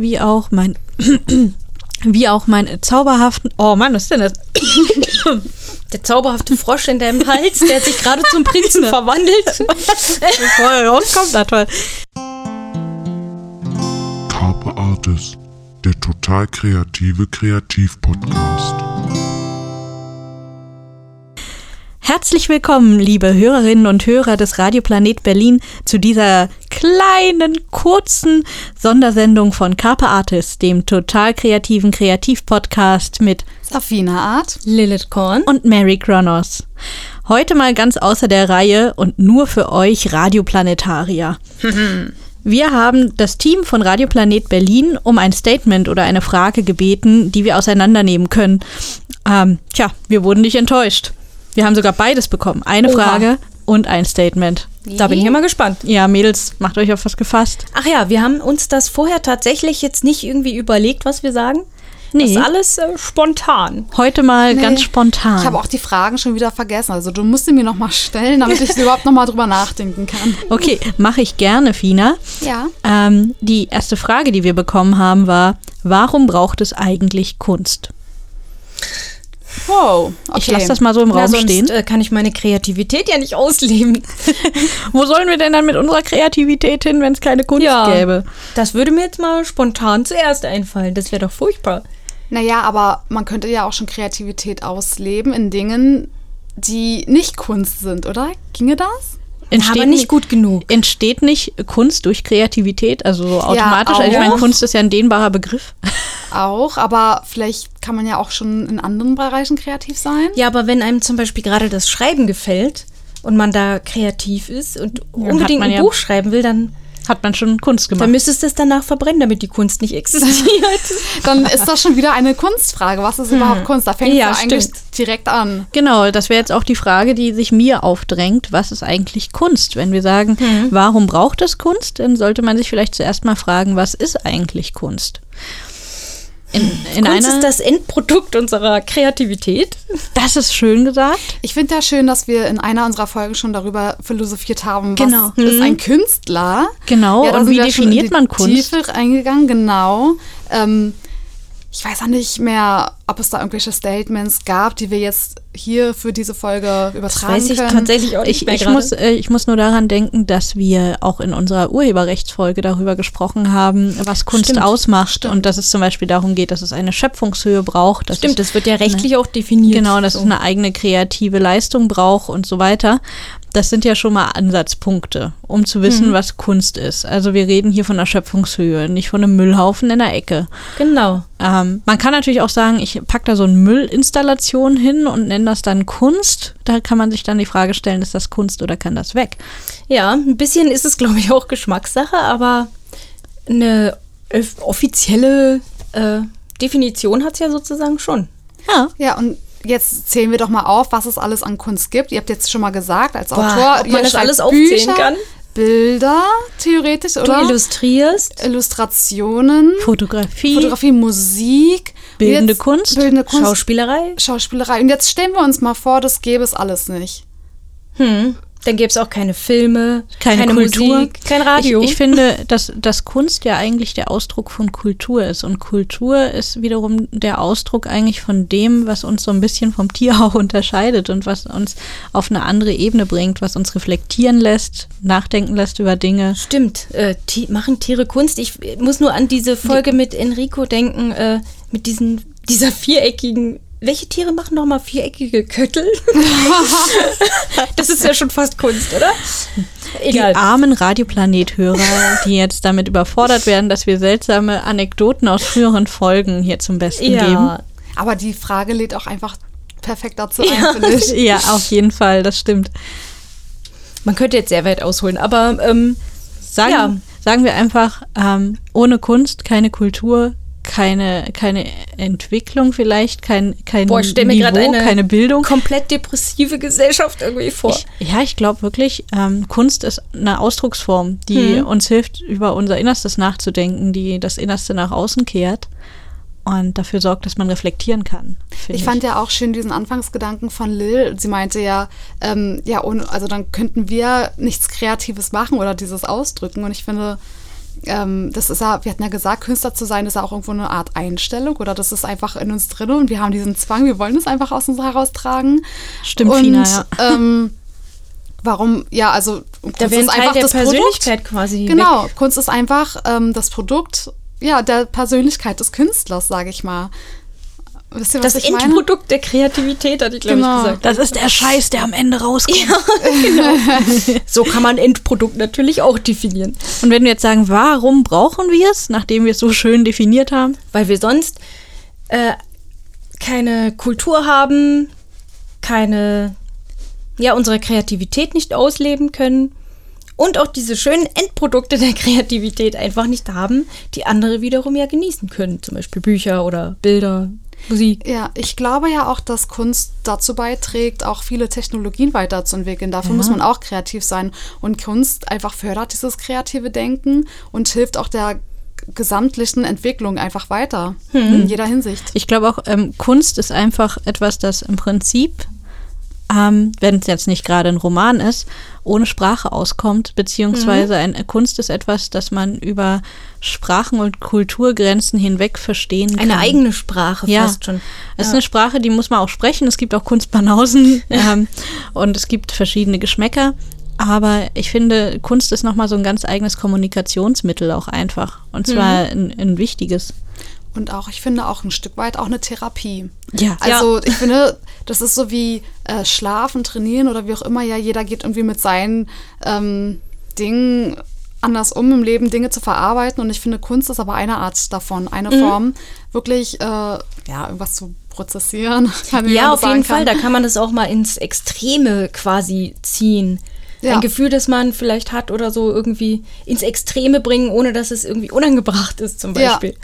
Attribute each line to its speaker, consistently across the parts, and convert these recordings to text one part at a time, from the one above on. Speaker 1: wie auch mein wie auch meine zauberhaften Oh Mann, was ist denn das?
Speaker 2: Der zauberhafte Frosch in deinem Hals, der hat sich gerade zum Prinzen verwandelt.
Speaker 1: Und kommt da toll.
Speaker 3: Carpe Artis, der total kreative Kreativ-Podcast.
Speaker 1: Herzlich willkommen, liebe Hörerinnen und Hörer des Radioplanet Berlin, zu dieser kleinen, kurzen Sondersendung von Carpe Artis, dem total kreativen Kreativ-Podcast mit
Speaker 4: Safina Art.
Speaker 2: Lilith Korn.
Speaker 1: und Mary Kronos. Heute mal ganz außer der Reihe und nur für euch Radioplanetarier. Wir haben das Team von Radioplanet Berlin um ein Statement oder eine Frage gebeten, die wir auseinandernehmen können. Ähm, tja, wir wurden nicht enttäuscht. Wir haben sogar beides bekommen. Eine
Speaker 2: Oha.
Speaker 1: Frage und ein Statement.
Speaker 2: Da bin ich ja mal gespannt.
Speaker 1: Ja, Mädels, macht euch auf was gefasst.
Speaker 2: Ach ja, wir haben uns das vorher tatsächlich jetzt nicht irgendwie überlegt, was wir sagen. Das ist alles äh, spontan.
Speaker 1: Heute mal
Speaker 4: Nee.
Speaker 1: ganz spontan.
Speaker 4: Ich habe auch die Fragen schon wieder vergessen. Also du musst sie mir nochmal stellen, damit ich überhaupt nochmal drüber nachdenken kann.
Speaker 1: okay, mache ich gerne, Fina.
Speaker 4: Ja.
Speaker 1: Ähm, die erste Frage, die wir bekommen haben, war, warum braucht es eigentlich Kunst?
Speaker 4: Wow. Okay.
Speaker 1: Ich lasse das mal so im Raum
Speaker 2: Na, sonst
Speaker 1: stehen.
Speaker 2: äh, kann ich meine Kreativität ja nicht ausleben.
Speaker 1: Wo sollen wir denn dann mit unserer Kreativität hin, wenn es keine Kunst gäbe?
Speaker 2: Das würde mir jetzt mal spontan zuerst einfallen. Das wäre doch furchtbar.
Speaker 4: Naja, aber man könnte ja auch schon Kreativität ausleben in Dingen, die nicht Kunst sind, oder? Ginge das?
Speaker 2: Aber nicht gut genug.
Speaker 1: Entsteht nicht Kunst durch Kreativität, also so automatisch? also ich
Speaker 4: auch.
Speaker 1: meine, Kunst ist ja ein dehnbarer Begriff.
Speaker 4: Auch, aber vielleicht kann man ja auch schon in anderen Bereichen kreativ sein.
Speaker 2: Ja, aber wenn einem zum Beispiel gerade das Schreiben gefällt und man da kreativ ist und unbedingt
Speaker 1: man
Speaker 2: ein
Speaker 1: ja-
Speaker 2: Buch schreiben will, dann,
Speaker 1: Hat man schon Kunst
Speaker 2: dann
Speaker 1: gemacht.
Speaker 2: müsstest du es danach verbrennen, damit die Kunst nicht existiert.
Speaker 4: Dann ist das schon wieder eine Kunstfrage. Was ist überhaupt Kunst? Da fängt
Speaker 2: Ja,
Speaker 4: ja eigentlich
Speaker 2: stimmt.
Speaker 4: direkt an.
Speaker 1: Genau, das wäre jetzt auch die Frage, die sich mir aufdrängt. Was ist eigentlich Kunst? Wenn wir sagen,
Speaker 2: Mhm.
Speaker 1: warum braucht es Kunst, dann sollte man sich vielleicht zuerst mal fragen, was ist eigentlich Kunst? In, in
Speaker 2: Kunst
Speaker 1: einer,
Speaker 2: ist das Endprodukt unserer Kreativität.
Speaker 1: das ist schön gesagt.
Speaker 4: Ich finde ja schön, dass wir in einer unserer Folgen schon darüber philosophiert haben, was
Speaker 1: Genau.
Speaker 2: Mhm.
Speaker 4: ist ein Künstler?
Speaker 1: Genau,
Speaker 4: da
Speaker 1: und
Speaker 4: sind
Speaker 1: wie
Speaker 4: wir schon in
Speaker 1: definiert
Speaker 4: die
Speaker 1: man Kunst?
Speaker 4: Tiefe reingegangen, genau. Ähm, ich weiß auch nicht mehr, ob es da irgendwelche Statements gab, die wir jetzt hier für diese Folge übertragen
Speaker 2: weiß ich
Speaker 4: können.
Speaker 2: tatsächlich auch nicht
Speaker 1: Ich,
Speaker 2: mehr
Speaker 1: ich,
Speaker 2: gerade.
Speaker 1: muss, äh, ich muss nur daran denken, dass wir auch in unserer Urheberrechtsfolge darüber gesprochen haben, was Kunst
Speaker 2: Stimmt,
Speaker 1: ausmacht und dass es zum Beispiel darum geht, dass es eine Schöpfungshöhe braucht. Dass
Speaker 2: Stimmt,
Speaker 1: es,
Speaker 2: das wird ja rechtlich auch definiert.
Speaker 1: Genau, dass
Speaker 2: So.
Speaker 1: es eine eigene kreative Leistung braucht und so weiter. Das sind ja schon mal Ansatzpunkte, um zu wissen, was Kunst ist. Also wir reden hier von einer Schöpfungshöhe, nicht von einem Müllhaufen in der Ecke.
Speaker 2: Genau.
Speaker 1: Ähm, man kann natürlich auch sagen, ich packe da so eine Müllinstallation hin und nenne das dann Kunst. Da kann man sich dann die Frage stellen, ist das Kunst oder kann das weg?
Speaker 2: Ja, ein bisschen ist es, glaube ich, auch Geschmackssache, aber eine öff- offizielle äh, Definition hat es ja sozusagen schon.
Speaker 1: Ja.
Speaker 4: Ja, und jetzt zählen wir doch mal auf, was es alles an Kunst gibt. Ihr habt jetzt schon mal gesagt, als
Speaker 2: Boah,
Speaker 4: Autor,
Speaker 2: ob
Speaker 4: ihr
Speaker 2: man das
Speaker 4: schreibt
Speaker 2: alles aufzählen
Speaker 4: Bücher,
Speaker 2: kann?
Speaker 4: Bilder, theoretisch, oder?
Speaker 2: Du illustrierst.
Speaker 4: Illustrationen.
Speaker 1: Fotografie.
Speaker 4: Fotografie, Musik,
Speaker 1: Bildende
Speaker 4: Und jetzt-
Speaker 1: Kunst,
Speaker 4: bildende Kunst,
Speaker 2: Schauspielerei.
Speaker 4: Schauspielerei. Und jetzt stellen wir uns mal vor, das gäbe es alles nicht.
Speaker 2: Hm. Dann gäbe es auch keine Filme,
Speaker 1: keine, Kultur,
Speaker 2: Musik, kein Radio.
Speaker 1: Ich, ich finde, dass, dass Kunst ja eigentlich der Ausdruck von Kultur ist. Und Kultur ist wiederum der Ausdruck eigentlich von dem, was uns so ein bisschen vom Tier auch unterscheidet und was uns auf eine andere Ebene bringt, was uns reflektieren lässt, nachdenken lässt über Dinge.
Speaker 2: Stimmt, äh, Ti- machen Tiere Kunst? Ich äh, muss nur an diese Folge mit Enrico denken, äh, mit diesen, dieser viereckigen. Welche Tiere machen nochmal viereckige Köttel? das ist ja schon fast Kunst, oder? Egal.
Speaker 1: Die armen Radioplanet-Hörer, die jetzt damit überfordert werden, dass wir seltsame Anekdoten aus früheren Folgen hier zum Besten geben.
Speaker 2: ja.
Speaker 4: Aber die Frage lädt auch einfach perfekt dazu ein, finde ich.
Speaker 1: Ja, auf jeden Fall, das stimmt.
Speaker 2: Man könnte jetzt sehr weit ausholen, aber ähm,
Speaker 1: Sagen,
Speaker 2: Ja.
Speaker 1: sagen wir einfach, ähm, ohne Kunst keine Kultur, keine, keine Entwicklung vielleicht, kein, kein
Speaker 2: boah, ich stelle mir
Speaker 1: Niveau,
Speaker 2: gerade eine
Speaker 1: keine Bildung.
Speaker 2: komplett depressive Gesellschaft irgendwie vor.
Speaker 1: Ich, ja, ich glaube wirklich, ähm, Kunst ist eine Ausdrucksform, die
Speaker 2: Mhm.
Speaker 1: uns hilft, über unser Innerstes nachzudenken, die das Innerste nach außen kehrt und dafür sorgt, dass man reflektieren kann. find
Speaker 4: Ich fand ja auch schön diesen Anfangsgedanken von Lil. Sie meinte ja, ähm, ja, ohne, also dann könnten wir nichts Kreatives machen oder dieses ausdrücken. Und ich finde, ähm, das ist ja, wir hatten ja gesagt, Künstler zu sein, ist ja auch irgendwo eine Art Einstellung oder das ist einfach in uns drin und wir haben diesen Zwang, wir wollen das einfach aus uns heraustragen.
Speaker 1: Stimmt,
Speaker 4: und,
Speaker 1: Fina, ja.
Speaker 4: Ähm, warum, ja, also Kunst
Speaker 2: Da wäre ein
Speaker 4: ist
Speaker 2: Teil
Speaker 4: einfach
Speaker 2: der
Speaker 4: das Produkt.
Speaker 2: Persönlichkeit quasi
Speaker 4: Genau, Kunst ist einfach ähm, das Produkt, ja, der Persönlichkeit des Künstlers, sage ich mal. Wisst ihr, was
Speaker 2: Das
Speaker 4: ich meine?
Speaker 2: Endprodukt der Kreativität, hatte ich, glaube
Speaker 4: Genau.
Speaker 2: ich, gesagt.
Speaker 1: Das ist der Scheiß, der am Ende rauskommt.
Speaker 2: So kann man Endprodukt natürlich auch definieren.
Speaker 1: Und wenn wir jetzt sagen, warum brauchen wir es, nachdem wir es so schön definiert haben?
Speaker 2: Weil wir sonst äh, keine Kultur haben, keine, ja, unsere Kreativität nicht ausleben können und auch diese schönen Endprodukte der Kreativität einfach nicht haben, die andere wiederum ja genießen können. Zum Beispiel Bücher oder Bilder, Musik.
Speaker 4: Ja, ich glaube ja auch, dass Kunst dazu beiträgt, auch viele Technologien weiterzuentwickeln. Dafür muss man auch kreativ sein. Und Kunst einfach fördert dieses kreative Denken und hilft auch der gesamtlichen Entwicklung einfach weiter. In jeder Hinsicht.
Speaker 1: Ich glaube auch, ähm, Kunst ist einfach etwas, das im Prinzip, ähm, wenn es jetzt nicht gerade ein Roman ist, ohne Sprache auskommt, beziehungsweise
Speaker 2: Mhm.
Speaker 1: ein, äh, Kunst ist etwas, das man über Sprachen und Kulturgrenzen hinweg verstehen kann.
Speaker 2: Eine eigene Sprache
Speaker 1: Ja,
Speaker 2: fast schon.
Speaker 1: Es ist eine Sprache, die muss man auch sprechen. Es gibt auch Kunstbanausen ähm, und es gibt verschiedene Geschmäcker. Aber ich finde, Kunst ist nochmal so ein ganz eigenes Kommunikationsmittel auch einfach. Und zwar
Speaker 2: Mhm.
Speaker 1: ein, ein wichtiges.
Speaker 4: Und auch, ich finde, auch ein Stück weit auch eine Therapie.
Speaker 1: Ja.
Speaker 4: Also ich finde, das ist so wie äh, Schlafen, Trainieren oder wie auch immer. Ja, jeder geht irgendwie mit seinen ähm, Dingen anders um im Leben, Dinge zu verarbeiten. Und ich finde, Kunst ist aber eine Art davon, eine
Speaker 2: Mhm.
Speaker 4: Form, wirklich äh, ja, irgendwas zu prozessieren. wenn man
Speaker 2: Ja,
Speaker 4: das
Speaker 2: auf jeden
Speaker 4: sagen kann.
Speaker 2: Fall. Da kann man das auch mal ins Extreme quasi ziehen.
Speaker 4: Ja.
Speaker 2: Ein Gefühl, das man vielleicht hat oder so irgendwie ins Extreme bringen, ohne dass es irgendwie unangebracht ist, zum
Speaker 4: Ja.
Speaker 2: Beispiel.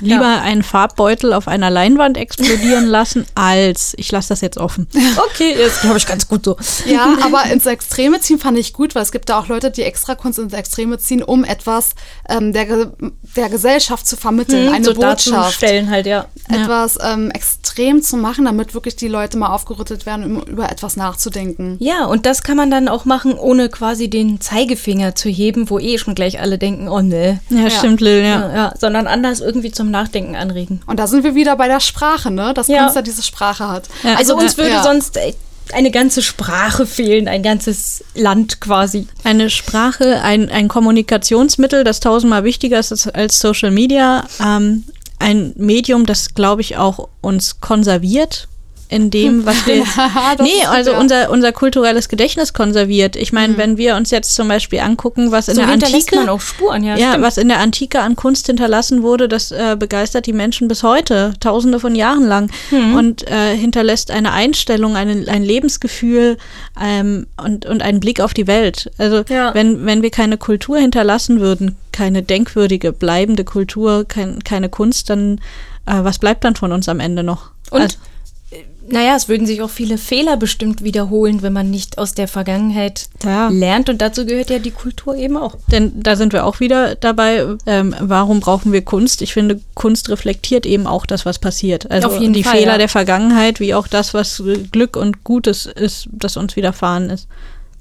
Speaker 1: Lieber einen Farbbeutel auf einer Leinwand explodieren lassen, als ich lasse das jetzt offen.
Speaker 2: Okay, das ist, glaube ich, ganz gut so.
Speaker 4: Ja, aber ins Extreme ziehen fand ich gut, weil es gibt da auch Leute, die extra Kunst ins Extreme ziehen, um etwas ähm, der, Ge- der Gesellschaft zu vermitteln, eine
Speaker 2: Mhm, so
Speaker 4: Botschaft.
Speaker 2: darzustellen halt, ja.
Speaker 4: etwas ähm, extrem zu machen, damit wirklich die Leute mal aufgerüttelt werden, um über etwas nachzudenken.
Speaker 2: Ja, und das kann man dann auch machen, ohne quasi den Zeigefinger zu heben, wo eh schon gleich alle denken, oh ne.
Speaker 1: Ja, stimmt, Lil, ja.
Speaker 2: Ja, ja, sondern anders irgendwie zum Nachdenken anregen.
Speaker 4: Und da sind wir wieder bei der Sprache, ne? Dass
Speaker 2: Ja.
Speaker 4: Künstler diese Sprache hat.
Speaker 1: Ja.
Speaker 2: Also uns würde
Speaker 4: ja.
Speaker 2: sonst äh, eine ganze Sprache fehlen, ein ganzes Land quasi.
Speaker 1: Eine Sprache, ein, ein Kommunikationsmittel, das tausendmal wichtiger ist als- als Social Media. Ähm, ein Medium, das, glaube ich, auch uns konserviert in dem, was wir...
Speaker 4: Das
Speaker 1: nee,
Speaker 4: ist
Speaker 1: also
Speaker 4: gut, ja.
Speaker 1: unser, unser kulturelles Gedächtnis konserviert. Ich meine, wenn wir uns jetzt zum Beispiel angucken, was in
Speaker 2: Mhm. so
Speaker 1: der
Speaker 2: hinterlässt
Speaker 1: Antike...
Speaker 2: man auch Spuren, ja.
Speaker 1: Ja,
Speaker 2: stimmt.
Speaker 1: was in der Antike an Kunst hinterlassen wurde, das äh, begeistert die Menschen bis heute, tausende von Jahren lang.
Speaker 2: Mhm.
Speaker 1: Und äh, hinterlässt eine Einstellung, einen, ein Lebensgefühl ähm, und, und einen Blick auf die Welt. Also
Speaker 2: Ja.
Speaker 1: wenn, wenn wir keine Kultur hinterlassen würden, keine denkwürdige, bleibende Kultur, kein, keine Kunst, dann äh, was bleibt dann von uns am Ende noch?
Speaker 2: Und
Speaker 1: Also,
Speaker 2: äh, naja, es würden sich auch viele Fehler bestimmt wiederholen, wenn man nicht aus der Vergangenheit
Speaker 1: Ja.
Speaker 2: lernt. Und dazu gehört ja die Kultur eben auch.
Speaker 1: Denn da sind wir auch wieder dabei, ähm, warum brauchen wir Kunst? Ich finde, Kunst reflektiert eben auch das, was passiert. Also
Speaker 2: Auf jeden
Speaker 1: die
Speaker 2: Fall,
Speaker 1: Fehler
Speaker 2: ja.
Speaker 1: der Vergangenheit, wie auch das, was äh, Glück und Gutes ist, das uns widerfahren ist.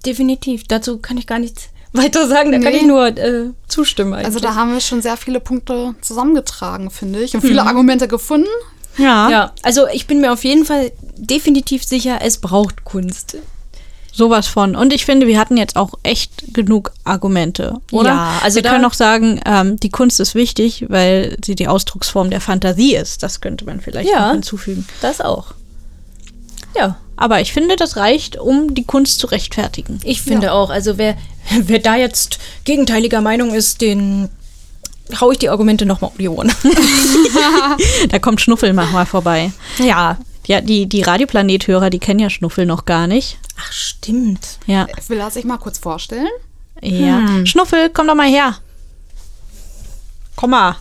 Speaker 2: Definitiv. Dazu kann ich gar nichts weiter sagen. Da kann
Speaker 4: Nee.
Speaker 2: ich nur äh, zustimmen. Eigentlich.
Speaker 4: Also da haben wir schon sehr viele Punkte zusammengetragen, finde ich. Und viele
Speaker 2: Mhm.
Speaker 4: Argumente gefunden.
Speaker 1: Ja,
Speaker 2: ja, also ich bin mir auf jeden Fall definitiv sicher, es braucht Kunst.
Speaker 1: sowas von. Und ich finde, wir hatten jetzt auch echt genug Argumente, oder?
Speaker 2: Ja, also
Speaker 1: wir
Speaker 2: da-
Speaker 1: können auch sagen, ähm, die Kunst ist wichtig, weil sie die Ausdrucksform der Fantasie ist. Das könnte man vielleicht
Speaker 2: Ja.
Speaker 1: noch hinzufügen.
Speaker 2: Das auch. Ja,
Speaker 1: Aber ich finde, das reicht, um die Kunst zu rechtfertigen.
Speaker 2: ich finde auch. Also wer, wer da jetzt gegenteiliger Meinung ist, den hau ich die Argumente nochmal um die Ohren.
Speaker 1: Da kommt Schnuffel mal vorbei.
Speaker 2: ja.
Speaker 1: Ja, die, die Radioplanet-Hörer, die kennen ja Schnuffel noch gar nicht.
Speaker 2: Ach, stimmt.
Speaker 1: Ja.
Speaker 4: Will er sich mal kurz vorstellen?
Speaker 1: ja. Schnuffel, komm doch mal her. Komm mal,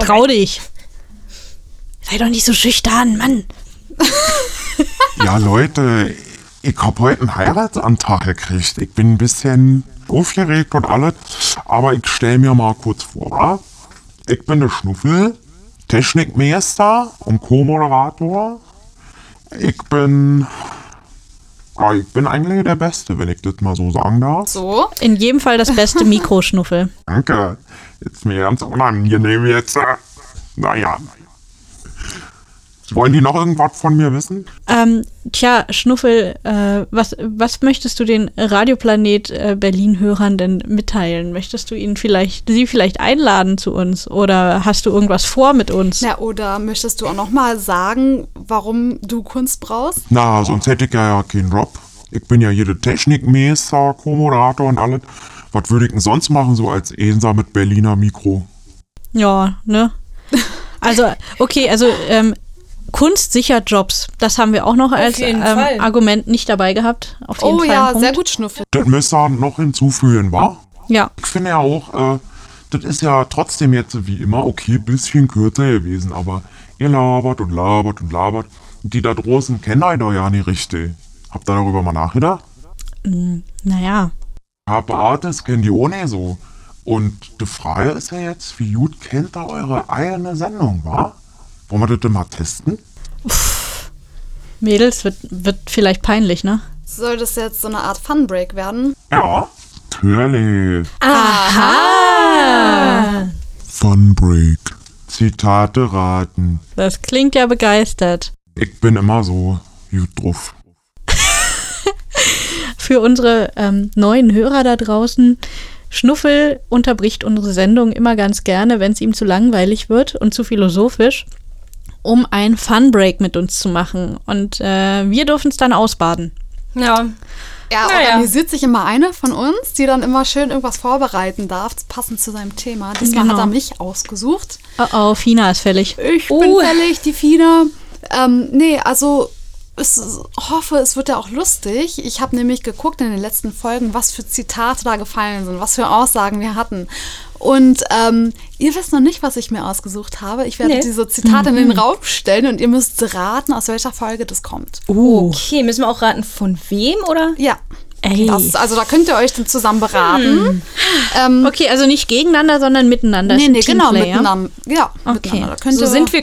Speaker 1: trau dich. Sei doch nicht so schüchtern, Mann.
Speaker 3: Ja, Leute, ich hab heute einen Heiratsantrag gekriegt. Ich bin ein bisschen aufgeregt und alles, aber ich stell mir mal kurz vor. wa? Ich bin der Schnuffel, Technikmeister und Co-Moderator. Ich bin Ah, ich bin eigentlich der Beste, wenn ich das mal so sagen darf.
Speaker 4: So.
Speaker 1: In jedem Fall das beste Mikroschnuffel.
Speaker 3: Danke. Ist mir ganz unangenehm jetzt. äh. Naja. Wollen die noch irgendwas von mir wissen?
Speaker 1: Ähm, tja, Schnuffel, äh, was, was möchtest du den Radioplanet äh, Berlin-Hörern denn mitteilen? Möchtest du ihnen vielleicht, sie vielleicht einladen zu uns? Oder hast du irgendwas vor mit uns?
Speaker 4: Na, oder möchtest du auch nochmal sagen, warum du Kunst brauchst?
Speaker 3: Na, sonst hätte ich ja keinen Job. Ich bin ja hier der Technikmeister, Co-Moderator und alles. Was würde ich denn sonst machen, so als ESA mit Berliner Mikro?
Speaker 1: Ja, ne? Also, okay, also ähm, Kunst sichert Jobs. Das haben wir auch noch als
Speaker 2: jeden
Speaker 1: ähm,
Speaker 2: Fall.
Speaker 1: Argument nicht dabei gehabt. Auf jeden
Speaker 4: Oh
Speaker 1: Fall ein
Speaker 4: ja,
Speaker 1: Punkt.
Speaker 4: sehr gut, Schnuffel.
Speaker 3: Das müsst ihr noch hinzufügen, wa?
Speaker 1: Ja,
Speaker 3: Ich finde ja auch, äh, das ist ja trotzdem jetzt wie immer, okay, bisschen kürzer gewesen, aber ihr labert und labert und labert. Die da draußen kennen euch doch ja nicht richtig. Habt ihr darüber mal nachgedacht?
Speaker 1: naja.
Speaker 3: Harpe Artis kennt ah, die ohne so. Und die Frage ist ja jetzt, wie gut kennt ihr eure eigene Sendung, wa? Wollen wir das denn mal testen?
Speaker 1: Mädels wird, wird vielleicht peinlich, ne?
Speaker 4: Soll das jetzt so eine Art Funbreak werden?
Speaker 3: Ja. Natürlich.
Speaker 1: Aha!
Speaker 3: Fun Break. Zitate raten.
Speaker 1: Das klingt ja begeistert.
Speaker 3: Ich bin immer so gut drauf.
Speaker 1: Für unsere ähm, neuen Hörer da draußen, Schnuffel unterbricht unsere Sendung immer ganz gerne, wenn es ihm zu langweilig wird und zu philosophisch, um einen Funbreak mit uns zu machen. Und äh, wir dürfen es dann ausbaden.
Speaker 2: Ja.
Speaker 4: Ja,
Speaker 2: Naja.
Speaker 4: organisiert sich immer eine von uns, die dann immer schön irgendwas vorbereiten darf, passend zu seinem Thema. Diesmal
Speaker 1: Genau.
Speaker 4: hat er mich ausgesucht.
Speaker 1: Oh oh, Fina ist fällig.
Speaker 4: Ich
Speaker 2: Oh.
Speaker 4: bin fällig, die Fina. Ähm, nee, also es- ich hoffe, es wird ja auch lustig. Ich habe nämlich geguckt in den letzten Folgen, was für Zitate da gefallen sind, was für Aussagen wir hatten. Und ähm, ihr wisst noch nicht, was ich mir ausgesucht habe. Ich werde
Speaker 2: Nee.
Speaker 4: diese Zitate in den Raum stellen und ihr müsst raten, aus welcher Folge das kommt.
Speaker 1: Uh,
Speaker 2: Okay, müssen wir auch raten, von wem oder?
Speaker 4: Ja.
Speaker 1: ey.
Speaker 4: Das, also da könnt ihr euch dann zusammen
Speaker 2: Hm.
Speaker 4: beraten. Ähm,
Speaker 1: Okay, also nicht gegeneinander, sondern miteinander. Ist
Speaker 4: nee,
Speaker 1: ein
Speaker 4: nee, genau,
Speaker 1: Teamplay, ja?
Speaker 4: miteinander. Ja,
Speaker 1: Okay.
Speaker 4: miteinander. Da könnt
Speaker 2: So
Speaker 4: ihr-
Speaker 2: sind wir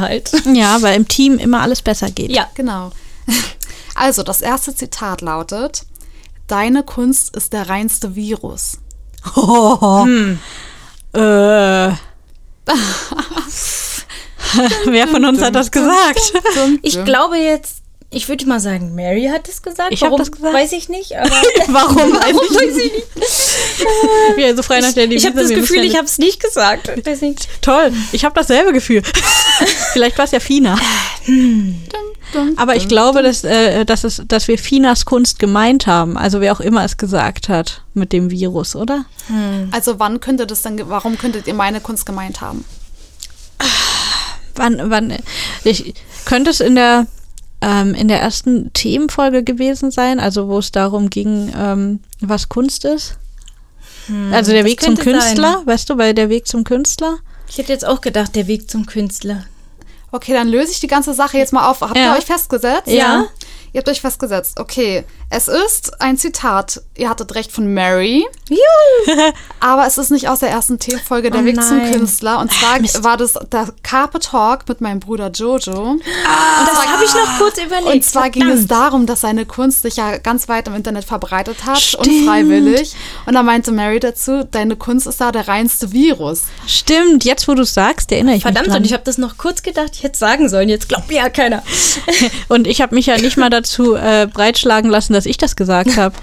Speaker 2: halt.
Speaker 1: Ja, weil im Team immer alles besser geht.
Speaker 2: Ja.
Speaker 4: Genau. Also, das erste Zitat lautet: Deine Kunst ist der reinste Virus.
Speaker 1: Äh. Wer von uns hat das gesagt?
Speaker 2: Ich glaube jetzt, ich würde mal sagen, Mary hat es gesagt.
Speaker 1: Ich hab
Speaker 2: Warum,
Speaker 1: das gesagt.
Speaker 2: Weiß ich nicht, aber
Speaker 1: Warum? Weiß ich nicht. Wir so frei nach der
Speaker 2: ich
Speaker 1: Devise,
Speaker 2: habe das
Speaker 1: wir
Speaker 2: Gefühl,
Speaker 1: wissen
Speaker 2: ich
Speaker 1: ja
Speaker 2: habe es nicht gesagt. Deswegen.
Speaker 1: nicht- Toll, ich habe dasselbe Gefühl. Vielleicht war es ja Fina. Aber ich glaube, dass, äh, dass, es, dass wir Finas Kunst gemeint haben. Also wer auch immer es gesagt hat mit dem Virus, oder?
Speaker 4: Also, wann könnte das denn, ge- warum könntet ihr meine Kunst gemeint haben?
Speaker 1: Wann, wann, ich, könnte es in der, ähm, in der ersten Themenfolge gewesen sein, also wo es darum ging, ähm, was Kunst ist? also der
Speaker 2: Hm, das
Speaker 1: Weg zum
Speaker 2: könnte sein.
Speaker 1: Künstler, weißt du, bei der Weg zum Künstler?
Speaker 2: Ich hätte jetzt auch gedacht, der Weg zum Künstler.
Speaker 4: Okay, dann löse ich die ganze Sache jetzt mal auf. Habt
Speaker 1: Ja.
Speaker 4: ihr euch festgesetzt?
Speaker 1: Ja.
Speaker 4: Ihr habt euch festgesetzt. Okay, es ist ein Zitat. Ihr hattet recht von Mary. Aber es ist nicht aus der ersten Themenfolge Der
Speaker 2: Oh
Speaker 4: Weg zum
Speaker 2: nein.
Speaker 4: Künstler. Und zwar war das der Carpe Talk mit meinem Bruder Jojo.
Speaker 2: Das habe ich noch kurz überlegt.
Speaker 4: Und zwar ging es
Speaker 2: Verdammt.
Speaker 4: darum, dass seine Kunst sich ja ganz weit im Internet verbreitet hat,
Speaker 1: Stimmt.
Speaker 4: unfreiwillig. Und da meinte Mary dazu, deine Kunst ist da der reinste Virus.
Speaker 1: Stimmt, jetzt wo du es sagst, erinnere ich
Speaker 2: Verdammt,
Speaker 1: mich.
Speaker 2: und ich
Speaker 1: dran.
Speaker 2: habe das noch kurz gedacht, ich hätte sagen sollen. Jetzt glaubt mir ja keiner.
Speaker 1: und ich habe mich ja nicht mal dazu äh, breitschlagen lassen, dass ich das gesagt habe.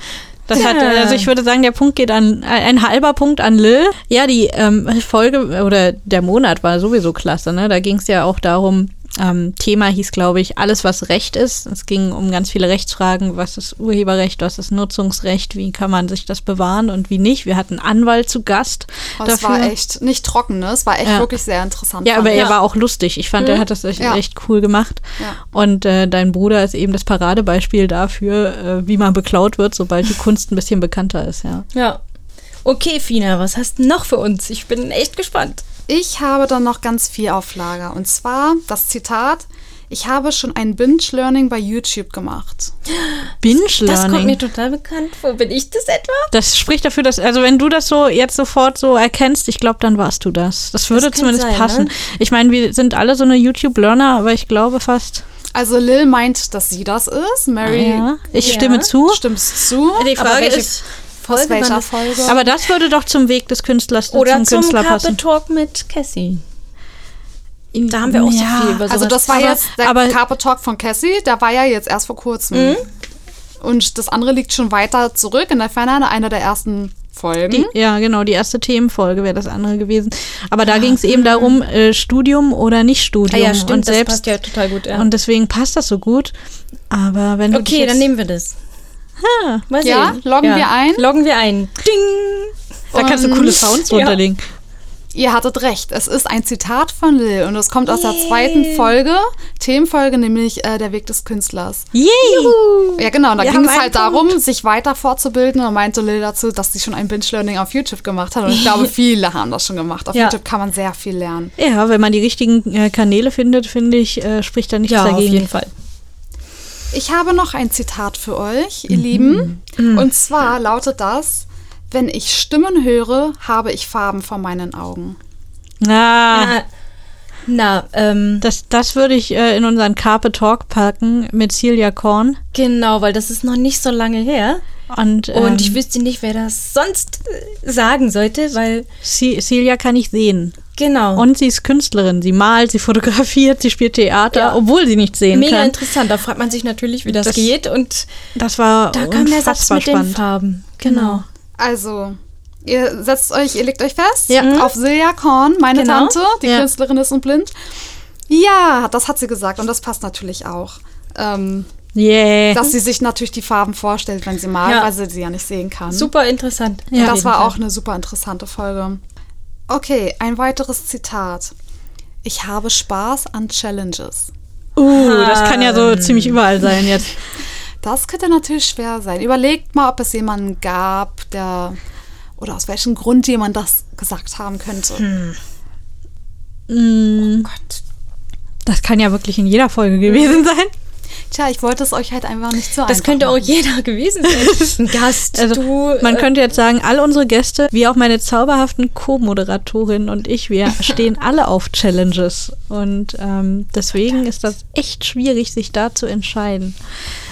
Speaker 1: Das hat,
Speaker 2: Ja.
Speaker 1: also ich würde sagen, der Punkt geht an, äh, ein halber Punkt an Lil. Ja, die ähm, Folge oder der Monat war sowieso klasse, ne? Da ging es ja auch darum, ähm, Thema hieß, glaube ich, alles, was Recht ist. Es ging um ganz viele Rechtsfragen, was ist Urheberrecht, was ist Nutzungsrecht, wie kann man sich das bewahren und wie nicht. Wir hatten einen Anwalt zu Gast.
Speaker 4: Aber es
Speaker 1: dafür.
Speaker 4: Oh, war echt nicht trocken, ne? Es war echt
Speaker 1: Ja.
Speaker 4: wirklich sehr interessant.
Speaker 1: Ja,
Speaker 4: fand
Speaker 1: aber
Speaker 4: ich.
Speaker 1: er war auch lustig. Ich fand,
Speaker 2: Mhm.
Speaker 1: er hat das echt,
Speaker 4: Ja.
Speaker 1: echt cool gemacht.
Speaker 4: Ja.
Speaker 1: Und äh, dein Bruder ist eben das Paradebeispiel dafür, äh, wie man beklaut wird, sobald die Kunst ein bisschen bekannter ist, ja.
Speaker 2: Ja. Okay, Fina, was hast du noch für uns? Ich bin echt gespannt.
Speaker 4: Ich habe dann noch ganz viel auf Lager. Und zwar das Zitat, ich habe schon ein Binge-Learning bei YouTube gemacht.
Speaker 1: Binge
Speaker 2: Das kommt mir
Speaker 1: Learning.
Speaker 2: total bekannt vor. Bin ich das etwa?
Speaker 1: Das spricht dafür, dass, also wenn du das so jetzt sofort so erkennst, ich glaube, dann warst du das. Das würde
Speaker 2: kann
Speaker 1: zumindest
Speaker 2: sein,
Speaker 1: passen.
Speaker 2: ne?
Speaker 1: Ich meine, wir sind alle so eine YouTube-Learner, aber ich glaube fast.
Speaker 4: Also Lil meint, dass sie das ist. Mary
Speaker 1: Ah, Ja, Oh. Also ich
Speaker 2: Ja.
Speaker 1: stimme zu.
Speaker 4: stimmst zu.
Speaker 1: Die
Speaker 2: Aber
Speaker 1: Frage
Speaker 2: welche
Speaker 1: ist,
Speaker 4: Aus
Speaker 2: Folge war
Speaker 4: welcher
Speaker 2: das?
Speaker 4: Folge?
Speaker 1: aber das würde doch zum Weg des Künstlers
Speaker 2: Oder
Speaker 1: zum
Speaker 2: zum,
Speaker 1: Künstler
Speaker 2: Carpet
Speaker 1: passen.
Speaker 2: Talk mit Cassie. Da haben wir auch
Speaker 1: Ja.
Speaker 2: so viel über sowas.
Speaker 4: also das war
Speaker 1: Aber-
Speaker 4: jetzt der
Speaker 1: aber- Mhm.
Speaker 4: Carpet Talk von Cassie, der war ja jetzt erst vor kurzem. Und das andere liegt schon weiter zurück in der Ferne, einer der ersten Folgen.
Speaker 2: Mhm.
Speaker 1: Die, ja, genau, die erste Themenfolge wäre das andere gewesen. Aber da ging es eben darum, äh, Studium oder nicht
Speaker 2: mhm. ah,
Speaker 1: Studium.
Speaker 2: ja, stimmt,
Speaker 1: und
Speaker 2: das
Speaker 1: selbst
Speaker 2: passt ja total gut. Ja.
Speaker 1: Und deswegen passt das so gut. Aber wenn du dich
Speaker 2: okay,
Speaker 1: jetzt,
Speaker 2: dann nehmen wir das.
Speaker 1: Ah,
Speaker 2: Mal sehen.
Speaker 4: Ja, loggen wir ein?
Speaker 2: Loggen wir ein. Ding!
Speaker 1: da kannst du
Speaker 4: Und-
Speaker 1: coole Sounds
Speaker 2: Ja.
Speaker 1: runterlegen.
Speaker 4: Ihr hattet recht, es ist ein Zitat von Lil und es kommt aus der zweiten Folge, Themenfolge, nämlich äh, Der Weg des Künstlers.
Speaker 1: Yay!
Speaker 4: Ja, genau, und da
Speaker 1: Wir
Speaker 4: ging
Speaker 1: haben
Speaker 4: es
Speaker 1: einen
Speaker 4: halt darum, sich weiter fortzubilden und meinte Lil dazu, dass sie schon ein Binge-Learning auf YouTube gemacht hat und ich glaube, viele haben das schon gemacht. Auf
Speaker 2: Ja.
Speaker 4: YouTube kann man sehr viel lernen.
Speaker 1: Ja, wenn man die richtigen äh, Kanäle findet, finde ich, äh, spricht da nichts
Speaker 2: Ja, auf
Speaker 1: dagegen.
Speaker 2: jeden Fall.
Speaker 4: Ich habe noch ein Zitat für euch,
Speaker 1: Mhm.
Speaker 4: ihr Lieben. Und zwar lautet das, wenn ich Stimmen höre, habe ich Farben vor meinen Augen.
Speaker 1: Ah,
Speaker 2: Ah. Na, ähm,
Speaker 1: das, das würde ich äh, in unseren Carpe Talk packen mit Celia Korn.
Speaker 2: genau, weil das ist noch nicht so lange her.
Speaker 1: Und, ähm,
Speaker 2: Und ich wüsste nicht, wer das sonst äh, sagen sollte, weil,
Speaker 1: Ce- Celia kann ich sehen.
Speaker 2: genau.
Speaker 1: Und sie ist Künstlerin. Sie malt, sie fotografiert, sie spielt Theater,
Speaker 2: Ja.
Speaker 1: obwohl sie nichts sehen
Speaker 2: Mega
Speaker 1: kann.
Speaker 2: interessant, da fragt man sich natürlich, wie das,
Speaker 1: Das-
Speaker 2: geht und
Speaker 1: Das war
Speaker 2: da kam der Satz
Speaker 1: unfassbar
Speaker 2: mit den
Speaker 1: spannend. Mhm.
Speaker 2: Farben. Genau.
Speaker 4: Also, ihr setzt euch, ihr legt euch fest
Speaker 1: Ja. Mhm.
Speaker 4: auf Silja Korn, meine
Speaker 2: Genau.
Speaker 4: Tante, die
Speaker 1: Ja.
Speaker 4: Künstlerin ist und blind. Ja, das hat sie gesagt und das passt natürlich auch. Ähm,
Speaker 1: Yeah.
Speaker 4: dass sie sich natürlich die Farben vorstellt, wenn sie malt,
Speaker 2: Ja.
Speaker 4: weil sie sie ja nicht sehen kann.
Speaker 2: Super interessant.
Speaker 1: Ja.
Speaker 4: das war
Speaker 2: Auf
Speaker 4: auch eine super interessante Folge. Okay, ein weiteres Zitat. Ich habe Spaß an Challenges.
Speaker 1: uh, das kann ja
Speaker 2: Ah.
Speaker 1: so ziemlich überall sein jetzt.
Speaker 4: Das könnte natürlich schwer sein. Überlegt mal, ob es jemanden gab, der oder aus welchem Grund jemand das gesagt haben könnte.
Speaker 2: Oh
Speaker 1: Mm,
Speaker 4: Gott.
Speaker 1: Das kann ja wirklich in jeder Folge gewesen sein.
Speaker 4: Tja, ich wollte es euch halt einfach nicht so
Speaker 2: Das
Speaker 4: einfach
Speaker 2: könnte auch
Speaker 4: machen.
Speaker 2: jeder gewesen sein. Ein Gast,
Speaker 1: Also,
Speaker 2: du.
Speaker 1: man
Speaker 2: äh,
Speaker 1: könnte jetzt sagen, all unsere Gäste, wie auch meine zauberhaften Co-Moderatorinnen und ich, wir stehen alle auf Challenges. Und ähm, deswegen ist das echt schwierig, sich da zu entscheiden.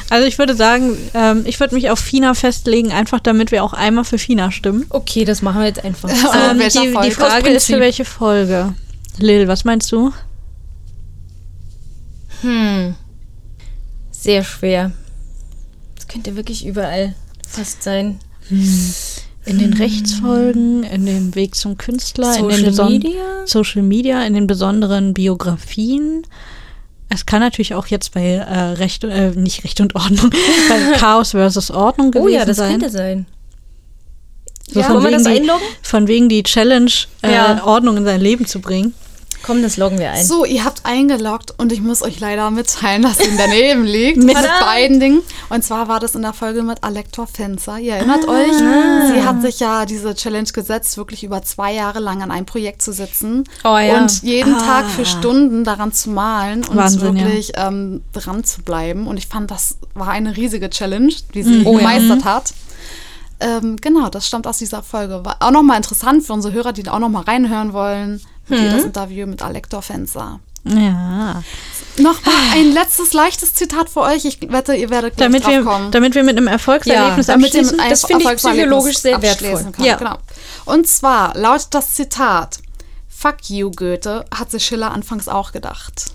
Speaker 1: Also ich würde sagen, ähm, ich würde mich auf Fina festlegen, einfach damit wir auch einmal für Fina stimmen.
Speaker 2: okay, das machen wir jetzt einfach.
Speaker 4: Und in
Speaker 1: Ähm,
Speaker 4: welcher
Speaker 1: die, die
Speaker 4: Folge?
Speaker 1: Frage ist für welche Folge. Lil, was meinst du?
Speaker 2: Hm. Sehr schwer. Das könnte wirklich überall fast sein.
Speaker 1: Hm. In den Rechtsfolgen, in dem Weg zum Künstler, in
Speaker 2: Social
Speaker 1: den beson-
Speaker 2: Media?
Speaker 1: Social Media, in den besonderen Biografien. Es kann natürlich auch jetzt bei äh, Recht, äh, nicht Recht und Ordnung, bei Chaos versus Ordnung gewesen
Speaker 2: Oh ja, das
Speaker 1: sein.
Speaker 2: könnte sein.
Speaker 1: So
Speaker 2: Ja, wollen wir
Speaker 1: wegen
Speaker 2: das
Speaker 1: die-
Speaker 2: einloggen?
Speaker 1: Von wegen die Challenge, äh,
Speaker 2: Ja.
Speaker 1: Ordnung in sein Leben zu bringen.
Speaker 2: Komm, das loggen wir ein.
Speaker 4: So, ihr habt eingeloggt und ich muss euch leider mitteilen, dass sie daneben liegt. mit
Speaker 2: Verdammt.
Speaker 4: beiden Dingen. Und zwar war das in der Folge mit Alektor Fenzer. Ihr
Speaker 2: Ah.
Speaker 4: erinnert euch, sie hat sich ja diese Challenge gesetzt, wirklich über zwei Jahre lang an einem Projekt zu sitzen
Speaker 2: Oh ja. Ah.
Speaker 4: und jeden Tag für Stunden daran zu malen und
Speaker 1: Wahnsinn, ja.
Speaker 4: wirklich ähm, dran zu bleiben. Und ich fand, das war eine riesige Challenge, die sie
Speaker 2: Oh ja.
Speaker 4: gemeistert hat. Ähm, genau, das stammt aus dieser Folge. War auch nochmal interessant für unsere Hörer, die auch nochmal reinhören wollen. Mit ihr das Interview mit Alektor Fenzer.
Speaker 1: Ja.
Speaker 4: Nochmal ein letztes leichtes Zitat für euch. Ich wette, ihr werdet gleich
Speaker 1: Damit
Speaker 4: drauf
Speaker 1: wir,
Speaker 4: kommen.
Speaker 1: damit wir mit einem Erfolgserlebnis
Speaker 2: Ja,
Speaker 4: Damit ihr mit
Speaker 1: abschließen.
Speaker 4: einem
Speaker 2: das finde ich
Speaker 4: Erfolgserlebnis
Speaker 2: psychologisch sehr
Speaker 4: abschließen
Speaker 2: wertvoll.
Speaker 4: Kann.
Speaker 1: Ja.
Speaker 4: Genau. Und zwar lautet das Zitat: Fuck you, Goethe, hat sich Schiller anfangs auch gedacht.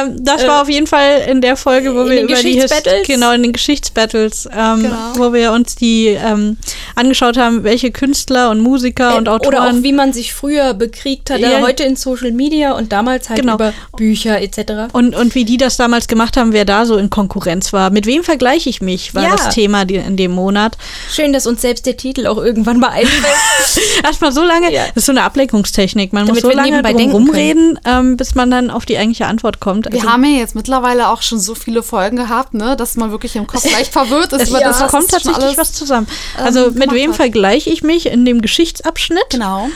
Speaker 1: Ähm, das war auf jeden Fall in der Folge, wo
Speaker 2: Äh, in
Speaker 1: wir
Speaker 2: den
Speaker 1: über die Hist-
Speaker 2: Geschichtsbattles?
Speaker 1: genau in den Geschichtsbattles, ähm,
Speaker 4: Genau.
Speaker 1: wo wir uns die ähm, angeschaut haben, welche Künstler und Musiker und
Speaker 2: Äh, Oder auch
Speaker 1: Autoren
Speaker 2: wie man sich früher bekriegt hat, äh,
Speaker 1: Ja.
Speaker 2: heute in Social Media und damals halt
Speaker 1: Genau.
Speaker 2: über Bücher etc.
Speaker 1: und, und wie die das damals gemacht haben, wer da so in Konkurrenz war. Mit wem vergleiche ich mich, war
Speaker 2: Ja.
Speaker 1: das Thema die, in dem Monat.
Speaker 2: Schön, dass uns selbst der Titel auch irgendwann mal einfällt.
Speaker 1: Erstmal so lange,
Speaker 2: Ja.
Speaker 1: das ist so eine Ablenkungstechnik. Man muss
Speaker 2: Damit
Speaker 1: so
Speaker 2: wir
Speaker 1: lange
Speaker 2: nebenbei
Speaker 1: drum
Speaker 2: denken
Speaker 1: rumreden, ähm, bis man dann auf die eigentliche Antwort kommt. Also,
Speaker 4: Wir haben ja jetzt mittlerweile auch schon so viele Folgen gehabt, ne, dass man wirklich im Kopf leicht verwirrt ist.
Speaker 1: es,
Speaker 4: über
Speaker 1: ja,
Speaker 4: das,
Speaker 1: es
Speaker 4: was
Speaker 1: kommt
Speaker 4: schon
Speaker 1: tatsächlich
Speaker 4: alles-
Speaker 1: was zusammen.
Speaker 2: ähm,
Speaker 1: Also mit
Speaker 4: gemacht
Speaker 1: wem
Speaker 4: hat.
Speaker 1: vergleiche ich mich in dem Geschichtsabschnitt?
Speaker 4: Genau.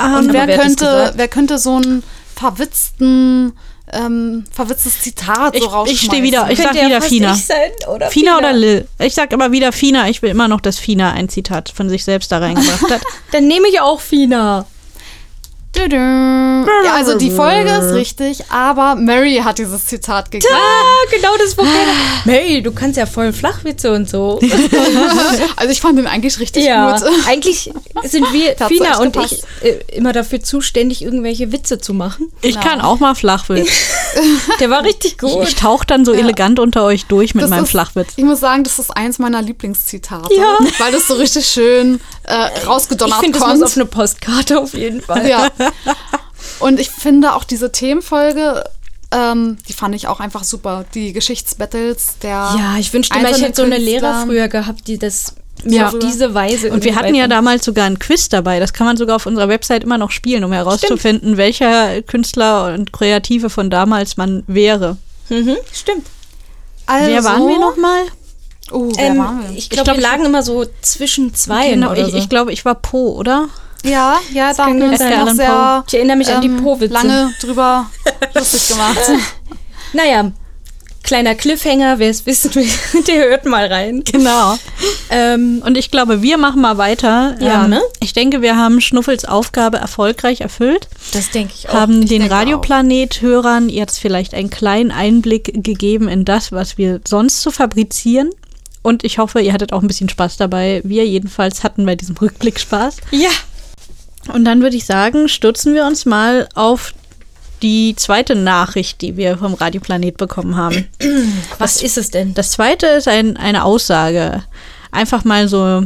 Speaker 1: Ähm,
Speaker 4: Und wer
Speaker 2: Aber wer hat das
Speaker 4: könnte,
Speaker 2: gesagt?
Speaker 4: wer könnte so ein verwitzten, ähm, verwitztes Zitat
Speaker 1: Ich-
Speaker 4: so
Speaker 1: ich
Speaker 4: rausschmeißen?
Speaker 1: steh wieder- ich- sag
Speaker 2: Könnte ja
Speaker 1: wieder
Speaker 2: fast
Speaker 1: Fina.
Speaker 2: ich Sein, oder
Speaker 1: Fina oder Lil? Ich sag immer wieder Fina. Ich will immer noch, dass Fina ein Zitat von sich selbst da reingebracht hat.
Speaker 2: Dann nehme ich auch Fina.
Speaker 4: Tüdüm. Ja, also die Folge ist richtig, aber Mary hat dieses Zitat gegeben.
Speaker 2: Ah, genau das Problem. Mary, du kannst ja voll Flachwitze und so.
Speaker 4: Also ich fand den eigentlich richtig
Speaker 2: ja,
Speaker 4: gut.
Speaker 2: eigentlich sind wir,
Speaker 4: Da hat's
Speaker 2: Fina
Speaker 4: echt
Speaker 2: und ich,
Speaker 4: gepasst.
Speaker 2: äh, immer dafür zuständig, irgendwelche Witze zu machen.
Speaker 1: Ich kann auch mal Flachwitz.
Speaker 2: Der war richtig
Speaker 1: Genau. Ich, ich
Speaker 2: gut.
Speaker 1: tauche dann so elegant unter euch durch mit
Speaker 4: Das
Speaker 1: meinem
Speaker 4: ist,
Speaker 1: Flachwitz.
Speaker 4: Ich muss sagen, das ist eins meiner Lieblingszitate,
Speaker 2: Ja.
Speaker 4: weil das so richtig schön äh,
Speaker 2: Ich
Speaker 4: rausgedonnert
Speaker 2: finde, das muss
Speaker 4: kommt.
Speaker 2: auf eine Postkarte auf jeden Fall.
Speaker 4: Ja. Und ich finde auch diese Themenfolge, ähm, die fand ich auch einfach super. Die Geschichtsbattles der.
Speaker 2: Ja, ich wünschte immer, ich
Speaker 4: einzelnen
Speaker 2: hätte so eine
Speaker 4: Künstler.
Speaker 2: Lehrer früher gehabt, die das mir
Speaker 4: Ja.
Speaker 2: auf diese Weise
Speaker 1: Und wir hatten ja damals sogar einen Quiz dabei. Das kann man sogar auf unserer Website immer noch spielen, um herauszufinden, welcher Künstler und Kreative von damals man wäre.
Speaker 2: Mhm, stimmt.
Speaker 4: Also,
Speaker 1: Wer waren wir nochmal?
Speaker 4: Oh, wer waren
Speaker 2: Ähm,
Speaker 4: wir?
Speaker 2: ich glaube,
Speaker 1: glaub,
Speaker 2: wir
Speaker 1: ich-
Speaker 2: lagen immer so zwischen zwei
Speaker 1: Genau,
Speaker 2: oder
Speaker 1: ich,
Speaker 2: so.
Speaker 1: ich glaube, ich war Po, oder?
Speaker 4: Ja, ja, da haben wir uns
Speaker 1: Edgar
Speaker 4: noch
Speaker 1: Allan
Speaker 4: sehr ähm,
Speaker 2: Ich erinnere mich an die Äh. Po-Witze.
Speaker 4: lange drüber lustig gemacht.
Speaker 2: naja, kleiner Cliffhanger, wer es wissen will, der hört mal rein.
Speaker 1: Genau.
Speaker 2: Ähm,
Speaker 1: Und ich glaube, wir machen mal weiter. Ähm,
Speaker 2: Ja, ne?
Speaker 1: Ich denke, wir haben Schnuffels Aufgabe erfolgreich erfüllt,
Speaker 2: das denke ich auch.
Speaker 1: haben den
Speaker 4: denke auch.
Speaker 1: Radioplanet-Hörern jetzt vielleicht einen kleinen Einblick gegeben in das, was wir sonst so fabrizieren. Und ich hoffe, ihr hattet auch ein bisschen Spaß dabei. Wir jedenfalls hatten bei diesem Rückblick Spaß.
Speaker 2: Ja,
Speaker 1: Und dann würde ich sagen, stürzen wir uns mal auf die zweite Nachricht, die wir vom Radioplanet bekommen haben.
Speaker 2: was ist es denn?
Speaker 1: Das zweite ist ein, eine Aussage. Einfach mal so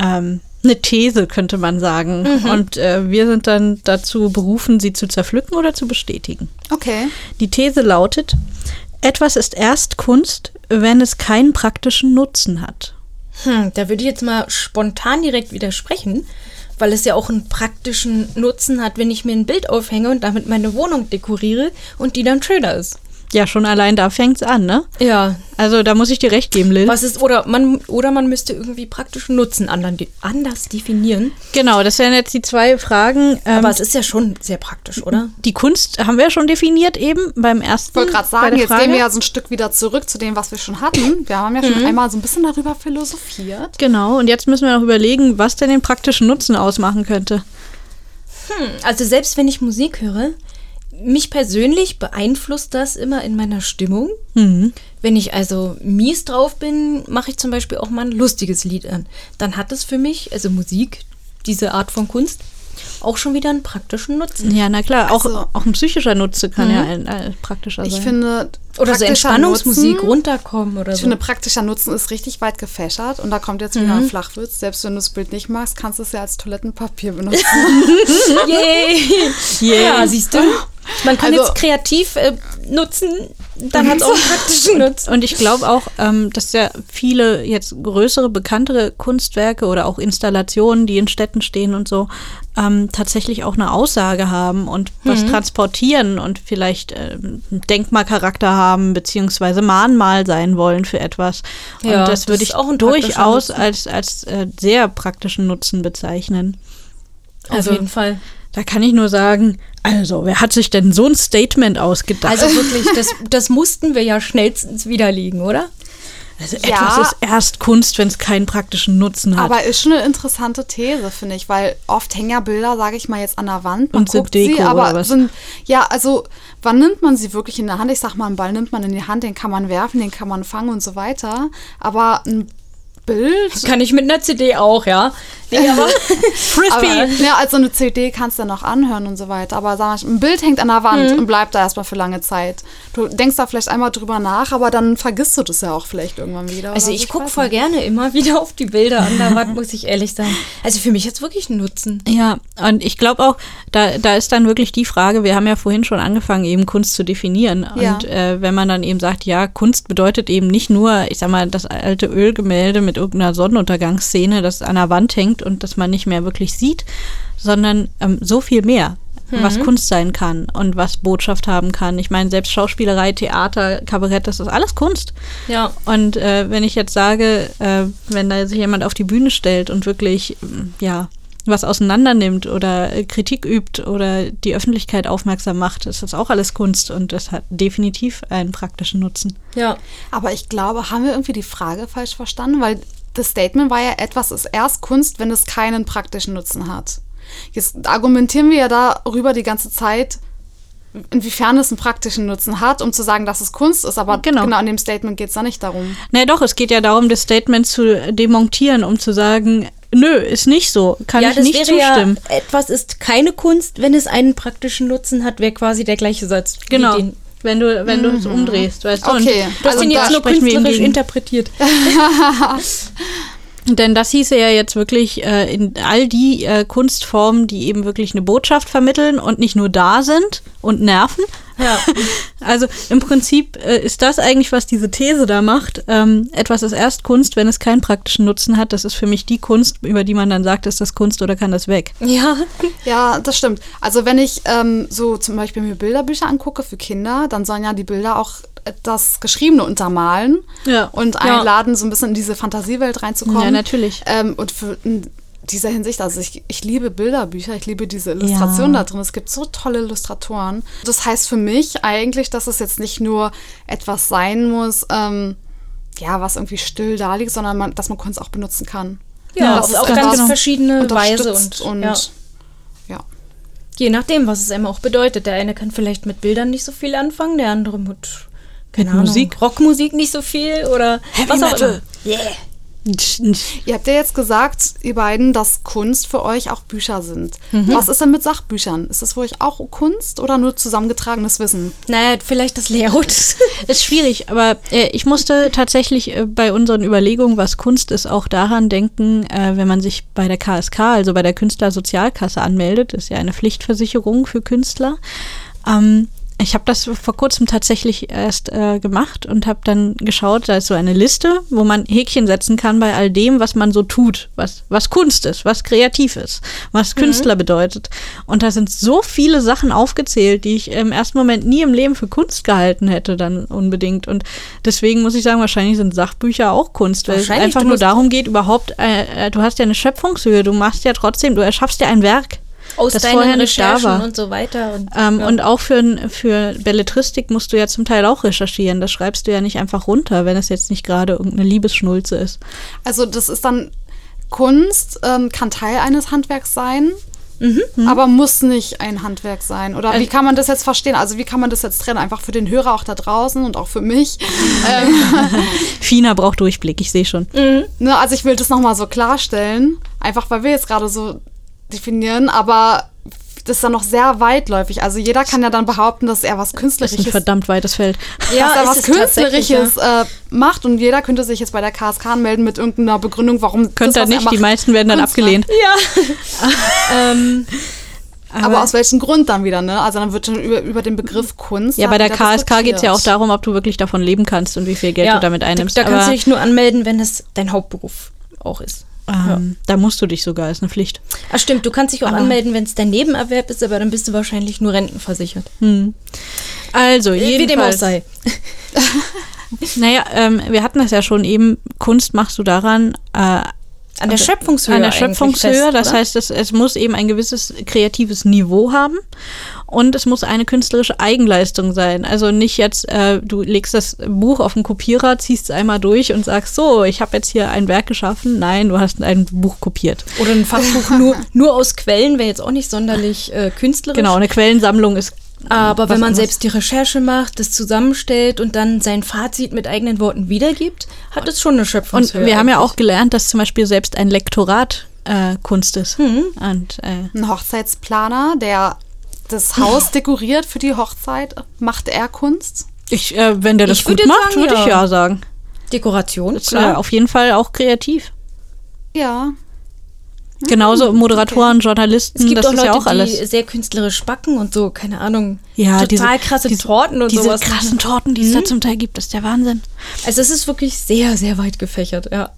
Speaker 1: ähm, eine These, könnte man sagen.
Speaker 4: Mhm.
Speaker 1: Und äh, wir sind dann dazu berufen, sie zu zerpflücken oder zu bestätigen.
Speaker 4: Okay.
Speaker 1: Die These lautet, etwas ist erst Kunst, wenn es keinen praktischen Nutzen hat.
Speaker 2: Hm, da würde ich jetzt mal spontan direkt widersprechen, weil es ja auch einen praktischen Nutzen hat, wenn ich mir ein Bild aufhänge und damit meine Wohnung dekoriere und die dann schöner ist.
Speaker 1: Ja, schon allein da fängt's an, ne?
Speaker 2: Ja.
Speaker 1: Also da muss ich dir recht geben, Lil.
Speaker 2: Was ist, oder man, oder man müsste irgendwie praktischen Nutzen andern, anders definieren.
Speaker 1: Genau, das wären jetzt die zwei Fragen. Ähm,
Speaker 2: Aber es ist ja schon sehr praktisch, oder?
Speaker 1: die Kunst haben wir ja schon definiert eben beim ersten.
Speaker 4: Ich wollte
Speaker 2: Hm,
Speaker 4: gerade
Speaker 1: bei
Speaker 4: sagen,
Speaker 1: der
Speaker 4: jetzt
Speaker 1: Frage.
Speaker 4: gehen wir ja so ein Stück wieder zurück zu dem, was wir schon hatten. Wir haben ja
Speaker 2: Mhm.
Speaker 4: schon einmal so ein bisschen darüber philosophiert.
Speaker 1: Genau, und jetzt müssen wir noch überlegen, was denn den praktischen Nutzen ausmachen könnte.
Speaker 2: Also selbst wenn ich Musik höre, mich persönlich beeinflusst das immer in meiner Stimmung. Mhm. Wenn ich also mies drauf bin, mache ich zum Beispiel auch mal ein lustiges Lied an. Dann hat es für mich, also Musik, diese Art von Kunst, auch schon wieder einen praktischen Nutzen.
Speaker 1: Ja, na klar, auch,
Speaker 4: Also-
Speaker 1: auch ein psychischer Nutzen kann ja ein, ein praktischer sein.
Speaker 4: Ich finde.
Speaker 2: Also Oder so
Speaker 4: praktischer
Speaker 2: Entspannungsmusik,
Speaker 4: Nutzen-
Speaker 2: runterkommen oder
Speaker 1: Also
Speaker 4: Ich
Speaker 2: so.
Speaker 4: finde, praktischer Nutzen ist richtig weit gefächert und da kommt jetzt wieder
Speaker 1: Mhm.
Speaker 4: ein Flachwitz. Selbst wenn du das Bild nicht magst, kannst du es ja als Toilettenpapier benutzen.
Speaker 2: Yay! Ja, siehst du? Man kann
Speaker 4: Also-
Speaker 2: jetzt kreativ äh, nutzen, dann hat es auch einen praktischen Nutzen.
Speaker 1: und ich glaube auch, ähm, dass ja viele jetzt größere, bekanntere Kunstwerke oder auch Installationen, die in Städten stehen und so, ähm, tatsächlich auch eine Aussage haben und was
Speaker 2: Mhm.
Speaker 1: transportieren und vielleicht ähm, einen Denkmalcharakter haben, beziehungsweise Mahnmal sein wollen für etwas. Und
Speaker 2: Ja,
Speaker 1: das
Speaker 2: das
Speaker 1: würde
Speaker 2: ist
Speaker 1: ich
Speaker 2: auch ein praktischer
Speaker 1: durchaus
Speaker 2: Nutzen.
Speaker 1: als, als äh, sehr praktischen Nutzen bezeichnen. Also-
Speaker 2: Fall.
Speaker 1: Da kann ich nur sagen, also, wer hat sich denn so ein Statement ausgedacht?
Speaker 2: Also wirklich, das, das mussten wir ja schnellstens widerlegen, oder?
Speaker 1: Also
Speaker 4: Ja.
Speaker 1: etwas ist erst Kunst, wenn es keinen praktischen Nutzen hat.
Speaker 4: Aber ist schon eine interessante These, finde ich, weil oft hängen ja Bilder, sage ich mal, jetzt an der Wand. Man
Speaker 1: Und sind
Speaker 4: guckt sie,
Speaker 1: Deko
Speaker 4: aber
Speaker 1: oder was?
Speaker 4: Sind, ja, also wann nimmt man sie wirklich in der Hand? Ich sag mal, einen Ball nimmt man in die Hand, den kann man werfen, den kann man fangen und so weiter. Aber ein Bild.
Speaker 2: Kann ich mit einer CD auch, ja. Nee, aber
Speaker 4: Aber,
Speaker 1: Frisbee!
Speaker 4: ja, also eine CD kannst du dann noch anhören und so weiter. Aber sag mal, ein Bild hängt an der Wand
Speaker 2: Mhm.
Speaker 4: und bleibt da erstmal für lange Zeit. Du denkst da vielleicht einmal drüber nach, aber dann vergisst du das ja auch vielleicht irgendwann wieder.
Speaker 2: also
Speaker 4: oder so,
Speaker 2: ich gucke
Speaker 4: weiß
Speaker 2: voll
Speaker 4: nicht.
Speaker 2: gerne immer wieder auf die Bilder an der Wand, muss ich ehrlich sagen. Also für mich jetzt wirklich einen Nutzen.
Speaker 1: Ja, und ich glaube auch, da, da ist dann wirklich die Frage, wir haben ja vorhin schon angefangen, eben Kunst zu definieren.
Speaker 4: Ja.
Speaker 1: Und äh, wenn man dann eben sagt, ja, Kunst bedeutet eben nicht nur, ich sag mal, das alte Ölgemälde mit irgendeiner Sonnenuntergangsszene, das an der Wand hängt und das man nicht mehr wirklich sieht, sondern ähm, so viel mehr.
Speaker 4: Mhm.
Speaker 1: Was Kunst sein kann und was Botschaft haben kann. Ich meine, selbst Schauspielerei, Theater, Kabarett, das ist alles Kunst.
Speaker 2: Ja.
Speaker 1: Und äh, wenn ich jetzt sage, äh, wenn da sich jemand auf die Bühne stellt und wirklich, mm, ja, was auseinandernimmt oder äh, Kritik übt oder die Öffentlichkeit aufmerksam macht, ist das auch alles Kunst und das hat definitiv einen praktischen Nutzen.
Speaker 2: Ja.
Speaker 4: Aber ich glaube, haben wir irgendwie die Frage falsch verstanden, weil das Statement war ja, etwas ist erst Kunst, wenn es keinen praktischen Nutzen hat. Jetzt argumentieren wir ja darüber die ganze Zeit, inwiefern es einen praktischen Nutzen hat, um zu sagen, dass es Kunst ist. Aber
Speaker 1: Genau.
Speaker 4: genau, in dem Statement geht es da nicht darum.
Speaker 1: Na doch, es geht ja darum, das Statement zu demontieren, um zu sagen, nö, ist nicht so, kann
Speaker 2: ja,
Speaker 1: ich
Speaker 2: das
Speaker 1: nicht
Speaker 2: wäre
Speaker 1: zustimmen.
Speaker 2: ja, etwas ist keine Kunst, wenn es einen praktischen Nutzen hat, wäre quasi der gleiche Satz. wie
Speaker 1: genau.
Speaker 2: Den,
Speaker 1: Wenn du, wenn du es umdrehst, weißt du?
Speaker 4: Mhm. Okay,
Speaker 1: Und,
Speaker 4: das
Speaker 2: Also
Speaker 1: und
Speaker 4: sind
Speaker 1: da
Speaker 4: jetzt nur
Speaker 1: sprechen wir ihm gegen.
Speaker 2: interpretiert.
Speaker 1: Denn das hieße ja jetzt wirklich äh, in all die äh, Kunstformen, die eben wirklich eine Botschaft vermitteln und nicht nur da sind und nerven.
Speaker 2: Ja.
Speaker 1: Also im Prinzip äh, ist das eigentlich, was diese These da macht. Ähm, etwas ist erst Kunst, wenn es keinen praktischen Nutzen hat. Das ist für mich die Kunst, über die man dann sagt, ist das Kunst oder kann das weg.
Speaker 2: Ja.
Speaker 4: Ja, das stimmt. Also wenn ich ähm, so zum Beispiel mir Bilderbücher angucke für Kinder, dann sollen ja die Bilder auch äh, das Geschriebene untermalen
Speaker 1: Ja.
Speaker 4: und
Speaker 1: Ja.
Speaker 4: einladen, so ein bisschen in diese Fantasiewelt reinzukommen.
Speaker 1: Ja, natürlich.
Speaker 4: Ähm, und für, in dieser Hinsicht, also ich, ich liebe Bilderbücher, ich liebe diese Illustration
Speaker 1: Ja.
Speaker 4: da drin. Es gibt so tolle Illustratoren. Das heißt für mich eigentlich, dass es jetzt nicht nur etwas sein muss, ähm, ja, was irgendwie still da liegt, sondern man, dass man Kunst auch benutzen kann.
Speaker 1: Ja,
Speaker 4: das
Speaker 1: auf-
Speaker 4: ist
Speaker 1: auf
Speaker 4: etwas
Speaker 1: ganz
Speaker 2: verschiedene Weise
Speaker 4: unterstützt
Speaker 2: und- ja.
Speaker 4: ja.
Speaker 2: Je nachdem, was es einem auch bedeutet. Der eine kann vielleicht mit Bildern nicht so viel anfangen, der andere mit, keine
Speaker 1: Mit
Speaker 2: Ahnung,
Speaker 1: Musik?
Speaker 2: Rockmusik nicht so viel oder was auch
Speaker 1: Metal.
Speaker 2: immer.
Speaker 4: Ihr habt ja jetzt gesagt, ihr beiden, dass Kunst für euch auch Bücher sind.
Speaker 2: Mhm.
Speaker 4: Was ist denn mit Sachbüchern? Ist das für euch auch Kunst oder nur zusammengetragenes Wissen?
Speaker 2: Naja, vielleicht das Layout.
Speaker 1: Ist schwierig, aber äh, ich musste tatsächlich äh, bei unseren Überlegungen, was Kunst ist, auch daran denken, äh, wenn man sich bei der KSK, also bei der Künstlersozialkasse anmeldet, ist ja eine Pflichtversicherung für Künstler. Ähm, ich habe das vor kurzem tatsächlich erst äh, gemacht und habe dann geschaut, da ist so eine Liste, wo man Häkchen setzen kann bei all dem, was man so tut, was, was Kunst ist, was kreativ ist, was
Speaker 2: Mhm.
Speaker 1: Künstler bedeutet. Und da sind so viele Sachen aufgezählt, die ich im ersten Moment nie im Leben für Kunst gehalten hätte, dann unbedingt. Und deswegen muss ich sagen, wahrscheinlich sind Sachbücher auch Kunst, weil es
Speaker 2: Wahrscheinlich,
Speaker 1: einfach
Speaker 2: du
Speaker 1: nur
Speaker 2: musst-
Speaker 1: darum geht, überhaupt, äh, äh, du hast ja eine Schöpfungshöhe, du machst ja trotzdem, du erschaffst ja ein Werk.
Speaker 2: Aus
Speaker 1: das
Speaker 2: deinen
Speaker 1: vorher nicht da
Speaker 2: Recherchen
Speaker 1: war.
Speaker 2: und so weiter. Und,
Speaker 1: Ähm,
Speaker 2: ja.
Speaker 1: Und auch für, n- für Belletristik musst du ja zum Teil auch recherchieren. Das schreibst du ja nicht einfach runter, wenn es jetzt nicht gerade irgendeine Liebesschnulze ist.
Speaker 4: Also das ist dann Kunst, ähm, kann Teil eines Handwerks sein,
Speaker 2: Mhm,
Speaker 4: aber muss nicht ein Handwerk sein. Oder
Speaker 2: Äh.
Speaker 4: wie kann man das jetzt verstehen? Also wie kann man das jetzt trennen? Einfach für den Hörer auch da draußen und auch für mich. ähm,
Speaker 1: Fina braucht Durchblick, ich sehe schon.
Speaker 2: Mhm.
Speaker 4: ne, also ich will das nochmal so klarstellen, einfach weil wir jetzt gerade so definieren, aber das ist dann noch sehr weitläufig. Also jeder kann ja dann behaupten, dass er was
Speaker 1: Das ist ein
Speaker 4: Künstlerisches
Speaker 1: verdammt weites Feld.
Speaker 2: Ja,
Speaker 4: dass er
Speaker 2: ist
Speaker 4: was
Speaker 2: es tatsächlich,
Speaker 4: Künstlerisches äh, macht und jeder könnte sich jetzt bei der KSK anmelden mit irgendeiner Begründung, warum
Speaker 1: Könnt
Speaker 4: das,
Speaker 1: ihr
Speaker 4: was er
Speaker 1: nicht, die
Speaker 4: macht,
Speaker 1: meisten werden dann
Speaker 4: Kunst
Speaker 2: ne?
Speaker 1: abgelehnt.
Speaker 2: Ja. ähm,
Speaker 4: Macht. Aber aus welchem Grund dann wieder, ne? Also dann wird schon über, über den Begriff Kunst.
Speaker 1: Ja,
Speaker 4: dann
Speaker 1: bei der
Speaker 4: wieder
Speaker 1: KSK geht es ja auch
Speaker 4: diskutiert.
Speaker 1: darum, ob du wirklich davon leben kannst und wie viel Geld
Speaker 2: ja.
Speaker 1: du damit einnimmst.
Speaker 2: Da, da kannst
Speaker 1: Aber,
Speaker 2: du dich nur anmelden, wenn es dein Hauptberuf auch ist.
Speaker 1: ähm, da musst du dich sogar, ist eine Pflicht.
Speaker 2: Ach stimmt, du kannst dich auch anmelden, wenn es dein Nebenerwerb ist, aber dann bist du wahrscheinlich nur rentenversichert.
Speaker 1: Also,
Speaker 2: Äh, Wie dem auch
Speaker 1: jedenfalls.
Speaker 2: sei.
Speaker 1: Naja, ähm, wir hatten das ja schon eben. Kunst machst du daran, äh,
Speaker 2: An der Schöpfungshöhe.
Speaker 1: An der
Speaker 2: eigentlich
Speaker 1: Schöpfungshöhe,
Speaker 2: fest,
Speaker 1: das
Speaker 2: oder?
Speaker 1: heißt, es, es muss eben ein gewisses kreatives Niveau haben und es muss eine künstlerische Eigenleistung sein. Also nicht jetzt, äh, du legst das Buch auf den Kopierer, ziehst es einmal durch und sagst, so, ich habe jetzt hier ein Werk geschaffen. Nein, du hast ein Buch kopiert.
Speaker 2: Oder ein Fachbuch nur, nur aus Quellen wäre jetzt auch nicht sonderlich äh, künstlerisch.
Speaker 1: Genau, eine Quellensammlung ist.
Speaker 2: Aber
Speaker 1: was
Speaker 2: wenn man
Speaker 1: anderes.
Speaker 2: selbst die Recherche macht, das zusammenstellt und dann sein Fazit mit eigenen Worten wiedergibt, hat es schon eine
Speaker 1: Und
Speaker 2: Schöpfungshöhe.
Speaker 1: wir haben ja auch gelernt, dass zum Beispiel selbst ein Lektorat äh, Kunst ist. Und äh,
Speaker 4: Ein Hochzeitsplaner, der das Haus dekoriert für die Hochzeit, macht er Kunst.
Speaker 1: ich, äh, wenn der das
Speaker 2: Ich würd
Speaker 1: gut
Speaker 2: jetzt
Speaker 1: macht,
Speaker 2: sagen,
Speaker 1: würde ich
Speaker 2: ja.
Speaker 1: ja sagen.
Speaker 2: Dekoration,
Speaker 1: Ist, äh,
Speaker 2: klar.
Speaker 1: auf jeden Fall auch kreativ.
Speaker 4: Ja.
Speaker 1: Genauso Moderatoren, Journalisten,
Speaker 2: Es gibt
Speaker 1: das
Speaker 2: auch
Speaker 1: ist
Speaker 2: Leute,
Speaker 1: ja auch alles.
Speaker 2: die sehr künstlerisch backen und so, keine Ahnung.
Speaker 1: Ja,
Speaker 2: total
Speaker 1: diese-
Speaker 2: krasse
Speaker 1: diese-
Speaker 2: Torten und
Speaker 1: diese
Speaker 2: sowas. Mhm.
Speaker 1: krassen Torten, die es da zum Teil gibt, ist der Wahnsinn.
Speaker 2: Also es ist wirklich sehr, sehr weit gefächert, ja.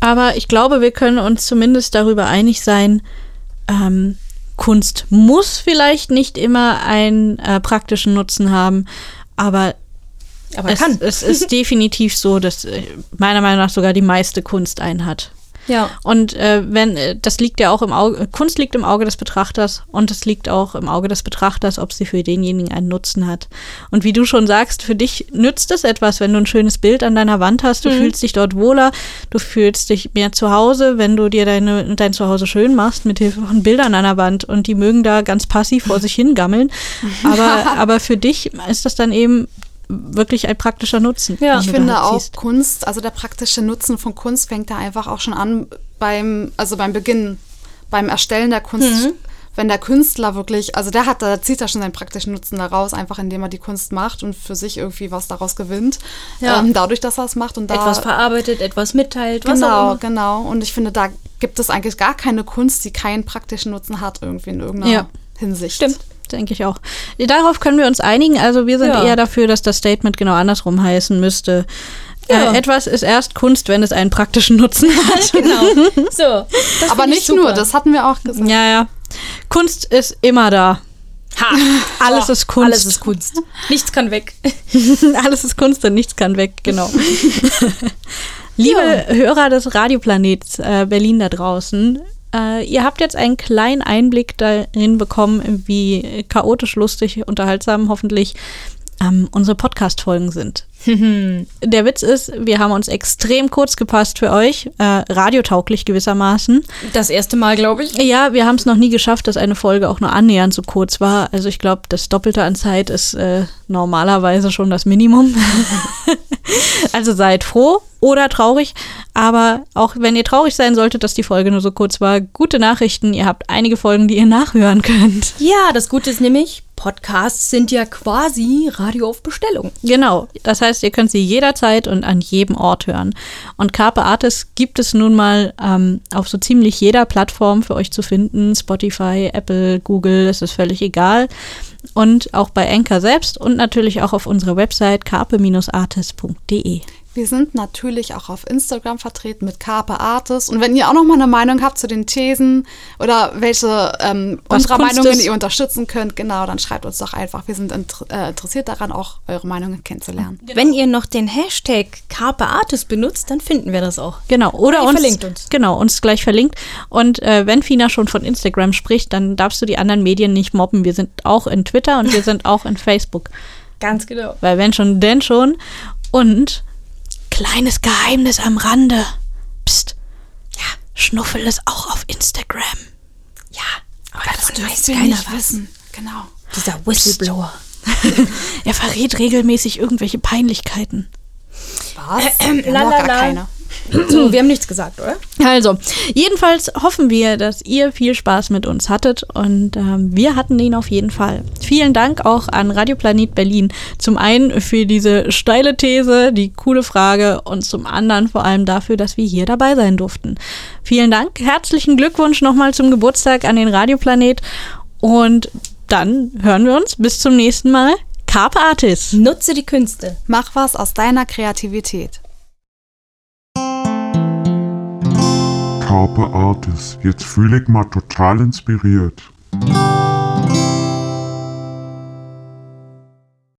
Speaker 1: Aber ich glaube, wir können uns zumindest darüber einig sein, ähm, Kunst muss vielleicht nicht immer einen äh, praktischen Nutzen haben, aber
Speaker 2: Aber
Speaker 1: es,
Speaker 2: kann.
Speaker 1: es ist definitiv so, dass äh, meiner Meinung nach sogar die meiste Kunst einen hat.
Speaker 2: Ja.
Speaker 1: Und äh, wenn äh, das liegt ja auch im Auge, Kunst liegt im Auge des Betrachters und es liegt auch im Auge des Betrachters, ob sie für denjenigen einen Nutzen hat. Und wie du schon sagst, für dich nützt es etwas, wenn du ein schönes Bild an deiner Wand hast, du
Speaker 4: Mhm.
Speaker 1: fühlst dich dort wohler, du fühlst dich mehr zu Hause, wenn du dir deine, dein Zuhause schön machst mit Hilfe von Bildern an der Wand und die mögen da ganz passiv vor sich hingammeln. Aber, aber für dich ist das dann eben wirklich ein praktischer Nutzen.
Speaker 2: Ja.
Speaker 1: den
Speaker 4: Ich
Speaker 1: du
Speaker 4: finde
Speaker 1: daraus
Speaker 2: halt
Speaker 4: auch
Speaker 1: ziehst.
Speaker 4: Kunst, also der praktische Nutzen von Kunst fängt da einfach auch schon an beim, also beim Beginn, beim Erstellen der Kunst.
Speaker 2: Mhm.
Speaker 4: Wenn der Künstler wirklich, also der hat, da zieht er schon seinen praktischen Nutzen daraus, einfach indem er die Kunst macht und für sich irgendwie was daraus gewinnt.
Speaker 2: Ja.
Speaker 4: Ähm, dadurch, dass er es macht und da
Speaker 2: Etwas verarbeitet, etwas mitteilt, was auch
Speaker 4: Genau,
Speaker 2: immer.
Speaker 4: genau. Und ich finde, da gibt es eigentlich gar keine Kunst, die keinen praktischen Nutzen hat, irgendwie in irgendeiner
Speaker 1: Ja.
Speaker 4: Hinsicht.
Speaker 2: Stimmt.
Speaker 1: Denke ich auch. Darauf können wir uns einigen. Also wir sind
Speaker 2: Ja.
Speaker 1: eher dafür, dass das Statement genau andersrum heißen müsste.
Speaker 2: Ja.
Speaker 1: Äh, etwas ist erst Kunst, wenn es einen praktischen Nutzen hat.
Speaker 2: Genau.
Speaker 1: Mhm.
Speaker 2: So. das
Speaker 4: Aber
Speaker 2: find ich
Speaker 4: nicht
Speaker 2: super. Mhm.
Speaker 4: nur, das hatten wir auch gesagt.
Speaker 1: ja, ja. Kunst ist immer da.
Speaker 2: Ha. Oh,
Speaker 1: Alles ist Kunst.
Speaker 2: Alles ist Kunst. Nichts kann weg.
Speaker 1: Alles ist Kunst und nichts kann weg, genau. Liebe Hörer des Radioplanets äh, Berlin da draußen, äh, ihr habt jetzt einen kleinen Einblick darin bekommen, wie chaotisch, lustig, unterhaltsam hoffentlich ähm, unsere Podcast-Folgen sind. Der Witz ist, wir haben uns extrem kurz gepasst für euch, äh, radiotauglich gewissermaßen.
Speaker 2: Das erste Mal, glaube ich.
Speaker 1: Ja, wir haben es noch nie geschafft, dass eine Folge auch nur annähernd so kurz war. Also ich glaube, das Doppelte an Zeit ist äh, normalerweise schon das Minimum. also seid froh oder traurig. Aber auch wenn ihr traurig sein solltet, dass die Folge nur so kurz war, gute Nachrichten. Ihr habt einige Folgen, die ihr nachhören könnt.
Speaker 2: Ja, das Gute ist nämlich, Podcasts sind ja quasi Radio auf Bestellung.
Speaker 1: Genau. Das heißt, ihr könnt sie jederzeit und an jedem Ort hören. Und Carpe Artis gibt es nun mal ähm, auf so ziemlich jeder Plattform für euch zu finden. Spotify, Apple, Google, es ist völlig egal. Und auch bei Anchor selbst und natürlich auch auf unserer Website carpe-artis.de.
Speaker 4: Wir sind natürlich auch auf Instagram vertreten mit Carpe Artis. Und wenn ihr auch noch mal eine Meinung habt zu den Thesen oder welche ähm,
Speaker 1: Was
Speaker 4: unserer
Speaker 1: Kunst
Speaker 4: Meinungen
Speaker 1: ist.
Speaker 4: ihr unterstützen könnt, genau, dann schreibt uns doch einfach. Wir sind inter äh, interessiert daran, auch eure Meinungen kennenzulernen.
Speaker 2: Wenn ihr noch den Hashtag Carpe Artis benutzt, dann finden wir das auch.
Speaker 1: Genau, oder
Speaker 2: Ihr
Speaker 1: uns,
Speaker 2: verlinkt uns.
Speaker 1: Genau, uns gleich verlinkt. Und äh, wenn Fina schon von Instagram spricht, dann darfst du die anderen Medien nicht mobben. Wir sind auch in Twitter und wir sind auch in Facebook.
Speaker 2: Ganz genau.
Speaker 1: Weil wenn schon, denn schon. Und kleines Geheimnis am Rande. Psst. Ja, Schnuffel ist auch auf Instagram. Ja, aber davon weiß
Speaker 4: wir
Speaker 1: keiner
Speaker 4: nicht
Speaker 1: was.
Speaker 4: wissen. Genau.
Speaker 2: Dieser Whistleblower.
Speaker 1: Er verrät regelmäßig irgendwelche Peinlichkeiten.
Speaker 4: Was?
Speaker 2: Ähm,
Speaker 4: Wir haben
Speaker 2: la,
Speaker 4: doch
Speaker 2: la,
Speaker 4: gar
Speaker 2: la.
Speaker 4: keine.
Speaker 2: So, wir haben nichts gesagt, oder?
Speaker 1: Also, jedenfalls hoffen wir, dass ihr viel Spaß mit uns hattet und ähm, wir hatten ihn auf jeden Fall. Vielen Dank auch an Radio Planet Berlin. Zum einen für diese steile These, die coole Frage und zum anderen vor allem dafür, dass wir hier dabei sein durften. Vielen Dank, herzlichen Glückwunsch nochmal zum Geburtstag an den Radio Planet und dann hören wir uns bis zum nächsten Mal. Carpe Artis.
Speaker 2: Nutze die Künste.
Speaker 4: Mach was aus deiner Kreativität.
Speaker 3: Carpe Artis. Jetzt fühle ich mal total inspiriert.